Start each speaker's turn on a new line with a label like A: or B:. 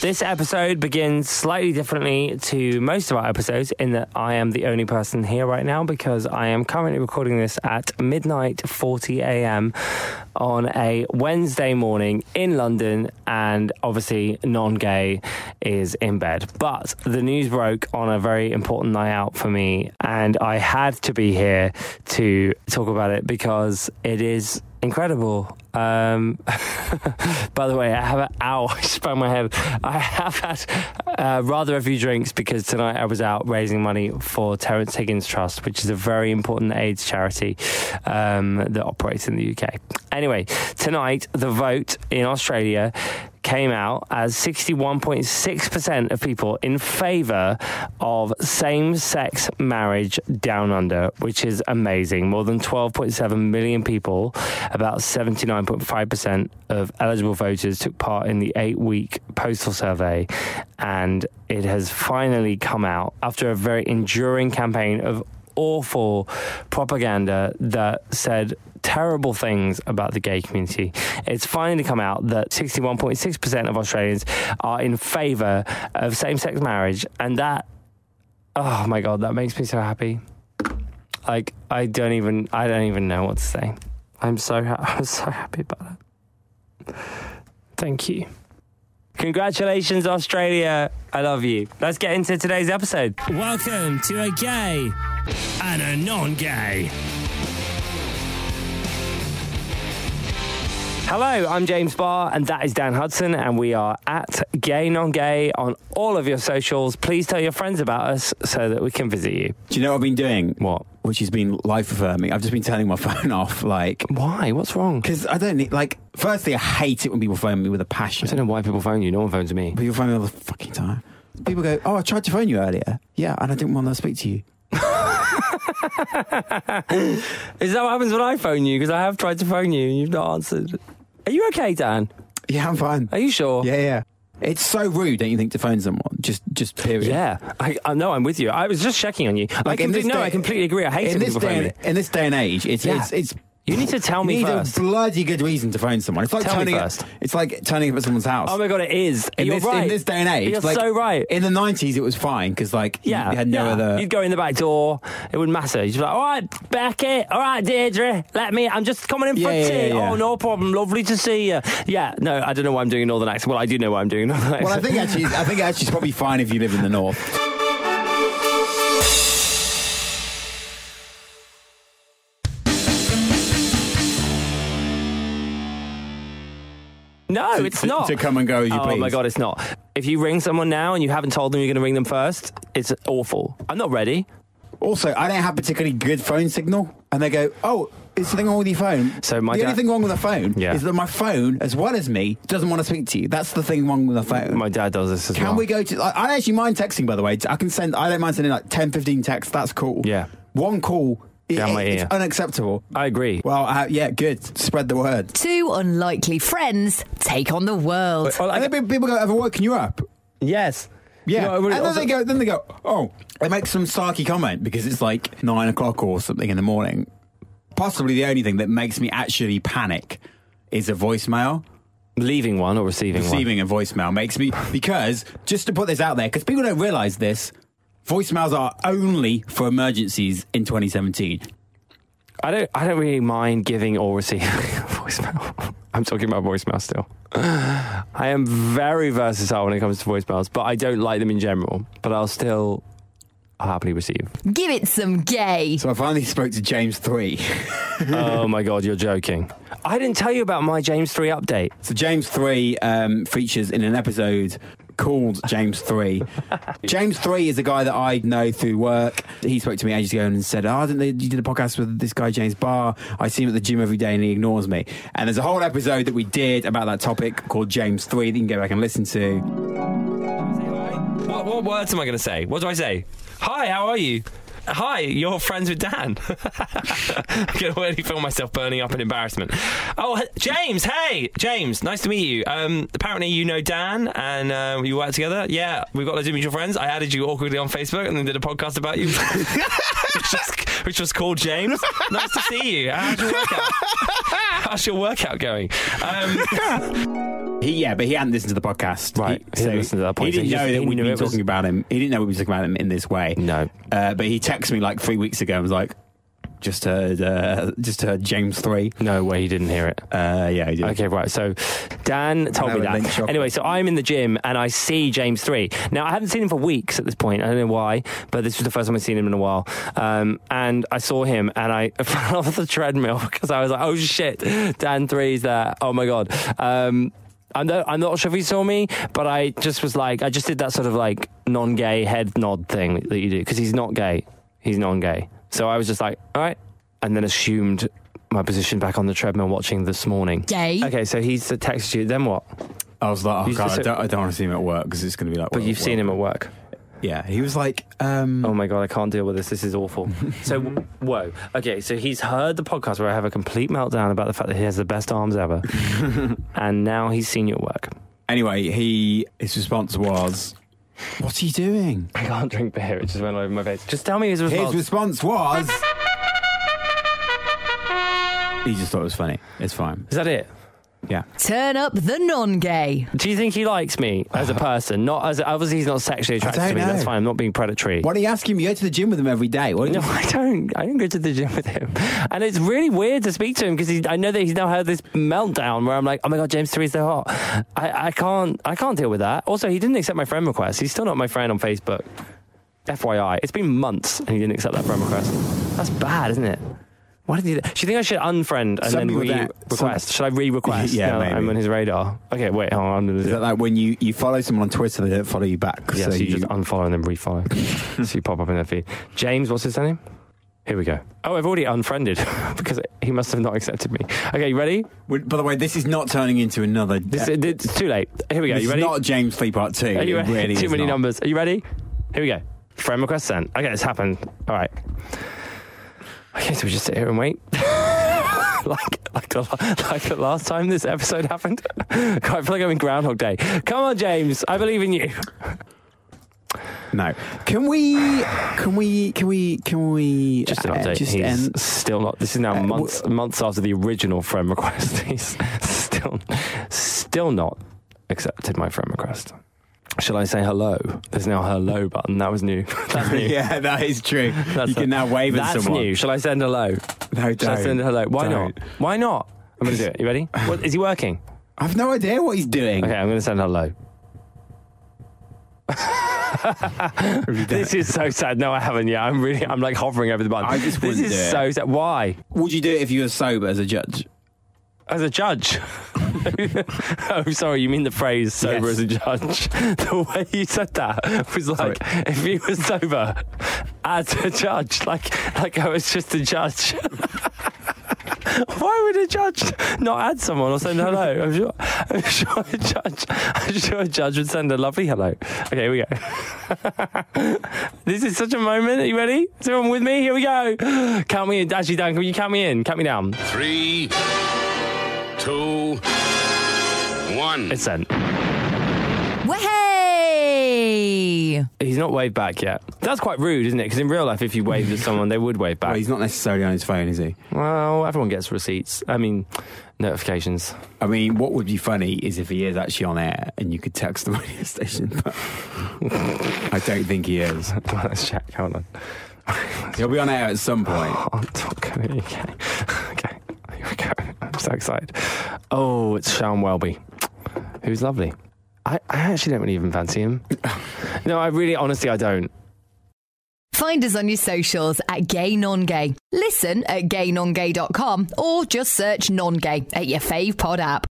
A: This episode begins slightly differently to most of our episodes in that I am the only person here right now because I am currently recording this at midnight 40 a.m. on a Wednesday morning in London, and obviously, non gay is in bed. But the news broke on a very important night out for me, and I had to be here to talk about it because it is incredible. Um, by the way, I have a ow, I sprang my head. I have had uh, rather a few drinks because tonight I was out raising money for Terence Higgins Trust, which is a very important AIDS charity um, that operates in the UK. Anyway, tonight the vote in Australia came out as 61.6% of people in favour of same sex marriage down under, which is amazing. More than 12.7 million people, about 79.5% of eligible voters, took part in the eight week postal survey. And it has finally come out after a very enduring campaign of awful propaganda that said terrible things about the gay community. It's finally come out that 61.6% of Australians are in favour of same sex marriage, and that, oh my God, that makes me so happy. Like, I don't even, I don't even know what to say. I'm so, ha- I'm so happy about it. Thank you. Congratulations, Australia. I love you. Let's get into today's episode. Welcome to a gay and a non gay. Hello, I'm James Barr, and that is Dan Hudson, and we are at Gay Non Gay on all of your socials. Please tell your friends about us so that we can visit you.
B: Do you know what I've been doing?
A: What?
B: Which has been life affirming. I've just been turning my phone off, like,
A: Why? What's wrong?
B: because I don't need, like, firstly, I hate it when people phone me with a
A: I don't
B: passion.
A: know why people phone you. No one phones me.
B: People phone me all the fucking time. People go, Oh, I tried to phone you earlier. Yeah, and I didn't want to speak to you.
A: Is that what happens when I phone you? Because I have tried to phone you and you've not answered. Are you okay, Dan?
B: Yeah, I'm fine.
A: Are you sure?
B: Yeah, yeah. It's so rude, don't you think, to phone someone? Just, just period.
A: Yeah, I, I know I'm with you. I was just checking on you. I
B: Like, in
A: completely,
B: this
A: no,
B: day-
A: I completely agree. I hate it
B: In
A: when
B: this
A: people phone
B: day,
A: me.
B: and, in this day and age, it's,
A: Yeah.
B: it's, it's,
A: You need to tell me
B: you need
A: first.
B: a bloody good reason to phone someone. It's like
A: Tell me
B: turning, up-
A: first.
B: it's like turning up at someone's house.
A: Oh my god, it is.
B: in
A: You're
B: this,
A: right.
B: in this day and age,
A: You're
B: like,
A: so right.
B: In the nineties, it was fine because like
A: yeah,
B: you had no
A: yeah.
B: other.
A: You'd go in the back door. It wouldn't matter. You'd be like, "All right, Becky. All right, Deirdre. Let me. I'm just coming in for
B: Yeah, yeah,
A: tea.
B: yeah, yeah.
A: Oh, no problem. Lovely to see you. Yeah. No, I don't know why I'm doing a northern accent. Well, I do know why I'm doing a northern accent.
B: Well, I think actually, I think actually, it's probably fine if you live in the north.
A: no,
B: to-
A: it's
B: to-
A: not.
B: to come and go as you
A: oh my
B: please.
A: god, it's not. If you ring someone now and you haven't told them you're going to ring them first, it's awful. I'm not ready.
B: Also, I don't have particularly good phone signal, and they go, "Oh, is something wrong with your phone?"
A: So my
B: the
A: dad-
B: only thing wrong with the phone
A: Yeah.
B: is that my phone, as well as me, doesn't want to speak to you. That's the thing wrong with the phone.
A: My dad does this as
B: Can
A: well.
B: we go to? Like, I don't actually mind texting, by the way. I can send. I don't mind sending like 10, 15 texts. That's cool.
A: Yeah.
B: One call. it-
A: Down my
B: it's
A: ear.
B: unacceptable.
A: I agree.
B: Well, uh, yeah, good. Spread the word.
C: Two unlikely friends take on the world.
A: Well, I-
B: and then pe- people go, "Have I woken you up?"
A: yes.
B: Yeah,
A: You know, I really
B: and then
A: also-
B: they go, then they go, "Oh," they make some sarky comment because it's like nine o'clock or something in the morning. Possibly the only thing that makes me actually panic is a voicemail.
A: leaving one or receiving, one.
B: Receiving a voicemail makes me because just to put this out there, because people don't realize this, voicemails are only for emergencies in 2017.
A: I don't. I don't really mind giving or receiving voicemail. I'm talking about voicemail still. I am very versatile when it comes to voicemails, but I don't like them in general. But I'll still happily receive.
C: Give it some gay.
B: So I finally spoke to James three.
A: oh my god, you're joking! I didn't tell you about my James Three update.
B: So James Three um, features in an episode called James Three. James Three is a guy that I know through work. He spoke to me ages ago and said, "Oh, I didn't know you did a podcast with this guy James Barr. I see him at the gym every day and he ignores me." And there's a whole episode that we did about that topic called James Three that you can go back and listen to.
A: What, what words am I going to say? What do I say? Hi, how are you? Hi, you're friends with Dan. I can already feel myself burning up in embarrassment. Oh, h- James, hey, James, nice to meet you. Um, apparently, you know Dan and uh, you work together. Yeah, we've got loads of mutual friends. I added you awkwardly on Facebook and then did a podcast about you, which, was, which was called James. Nice to see you. How's your workout? How's your workout going? Um,
B: He, yeah, but he hadn't listened to the podcast.
A: Right. He
B: He,
A: hadn't listened to that
B: he
A: point, so
B: didn't
A: he
B: know
A: just- he
B: that we'd
A: knew
B: been
A: it was- Mm.
B: talking about him. He didn't know we'd be talking about him in this way.
A: No.
B: Uh, but he texted me like three weeks ago and was like, just heard, uh, just heard James 3.
A: No way, he didn't hear it.
B: Uh, yeah, he did.
A: Okay, right. So Dan told me
B: Now it links
A: that.
B: up.
A: Anyway, so I'm in the gym and I see James three. Now I haven't seen him for weeks at this point. I don't know why, but this was the first time I'd seen him in a while. Um, and I saw him and I fell off the treadmill because I was like, oh shit, Dan three is there. Oh my god. Um, I'm not, I'm not sure if he saw me, but I just was like, I just did that sort of like non-gay head nod thing that you do because he's not gay. He's non-gay. So I was just like, all right, and then assumed my position back on the treadmill watching this morning.
C: Gay.
A: Okay, so he's texted you. Then what?
B: I was like, oh,
A: He's
B: God,
A: just
B: I
A: a-
B: don't, I don't want to see him at work because it's going to be like,
A: But you've seen him at work.
B: Yeah. He was like, um,
A: Oh my god, I can't deal with this. This is awful. So whoa. Okay, so he's heard the podcast where I have a complete meltdown about the fact that he has the best arms ever, and now he's seen you at work.
B: anyway, he his response was, what are you doing?
A: I can't drink beer. It just went over my face. Just tell me his response.
B: His response was. He just thought it was funny. It's fine.
A: is that it?
B: Yeah.
C: Turn up the non-gay.
A: Do you think he likes me as a person? Not as obviously he's not sexually attracted to
B: don't
A: me. That's
B: know.
A: fine. I'm not being predatory.
B: Why don't you ask him? You go to the gym with him every day. Why don't
A: No,
B: you-
A: I don't. I don't go to the gym with him, and it's really weird to speak to him because I know that he's now had this meltdown where I'm like, "Oh my god, James three is so hot." I, I can't. I can't deal with that. Also, he didn't accept my friend request. He's still not my friend on Facebook. FYI, it's been months and he didn't accept that friend request. That's bad, isn't it? Why did he? Do you think I should unfriend and
B: Some
A: then
B: people do that.
A: re-request?
B: Some-
A: Should I re-request?
B: Yeah,
A: now that I'm
B: maybe.
A: on his radar. Okay, wait, hold on. I'm gonna do
B: Is that like when you, you follow someone on Twitter, they don't follow you uh, back?
A: yeah, so, you, just unfollow and then refollow. so you pop up in their feed. James, what's his name? Here we go. Oh, I've already unfriended because he must have not accepted me. Okay, you ready?
B: Wait, By the way, this is not turning into another.
A: This,
B: uh,
A: it's too late. Here we go.
B: this
A: you
B: is
A: ready?
B: not James Flea Part 2.
A: Are you
B: it
A: ready?
B: really
A: Too
B: is
A: many
B: not.
A: numbers. Are you ready? Here we go. Friend request sent. Okay, it's happened. All right. Okay, so we just sit here and wait. like, like, the, like the last time this episode happened. God, I feel like I'm in Groundhog Day. Come on, James. I believe in you.
B: No. Can we, can we, can we, can we
A: Just an
B: uh,
A: update.
B: just
A: he's
B: end-
A: still not. This is now
B: Uh,
A: months months after the original friend request. He's still still not accepted my friend request. Shall I say hello? There's now a hello button. That was new. That's new.
B: yeah, that is true. you can now wave at
A: That's
B: someone.
A: new. Shall I send hello?
B: No,
A: Shall
B: don't.
A: I send hello? Why
B: Don't.
A: not? Why not? I'm going to do it. You ready? What, is he working?
B: I've no idea what he's doing.
A: Okay, I'm going to send hello. This is so sad. No, I haven't yet. I'm really, I'm like hovering over the button.
B: I just
A: this
B: wouldn't
A: is
B: do it.
A: so sad. Why?
B: Would you do it if you were sober as a judge?
A: As a judge. oh, sorry, you mean the phrase sober
B: Yes.
A: as a judge? The way you said that was like if you were sober as a judge, like like I was just a judge. Why would a judge not add someone or send hello? I'm sure I'm sure a judge I'm sure a judge would send a lovely hello. Okay, here we go. this is such a moment. Are you ready? Is everyone with me? Here we go. Count me in. Actually, Dan, can you count me in? Count me down.
D: Three, two, one.
A: It's sent.
C: Way!
A: He's not waved back yet. That's quite rude, isn't it? Because in real life, if you waved at someone, they would wave
B: Well,
A: back.
B: he's not necessarily on his phone, is he?
A: Well, everyone gets receipts. I mean, notifications.
B: I mean, what would be funny is if he is actually on air and you could text the radio station. But I don't think he is.
A: Let's check. Hold on.
B: He'll be on air at some point.
A: Hotdog.co.uk. Okay, here we go. I'm so excited. Oh, it's Sean Welby, who's lovely. I, I actually don't really even fancy him. No, I really, honestly, I don't.
C: Find us on your socials at Gay Non Gay. Listen at gaynongay.com or just search non gay at your fave pod app.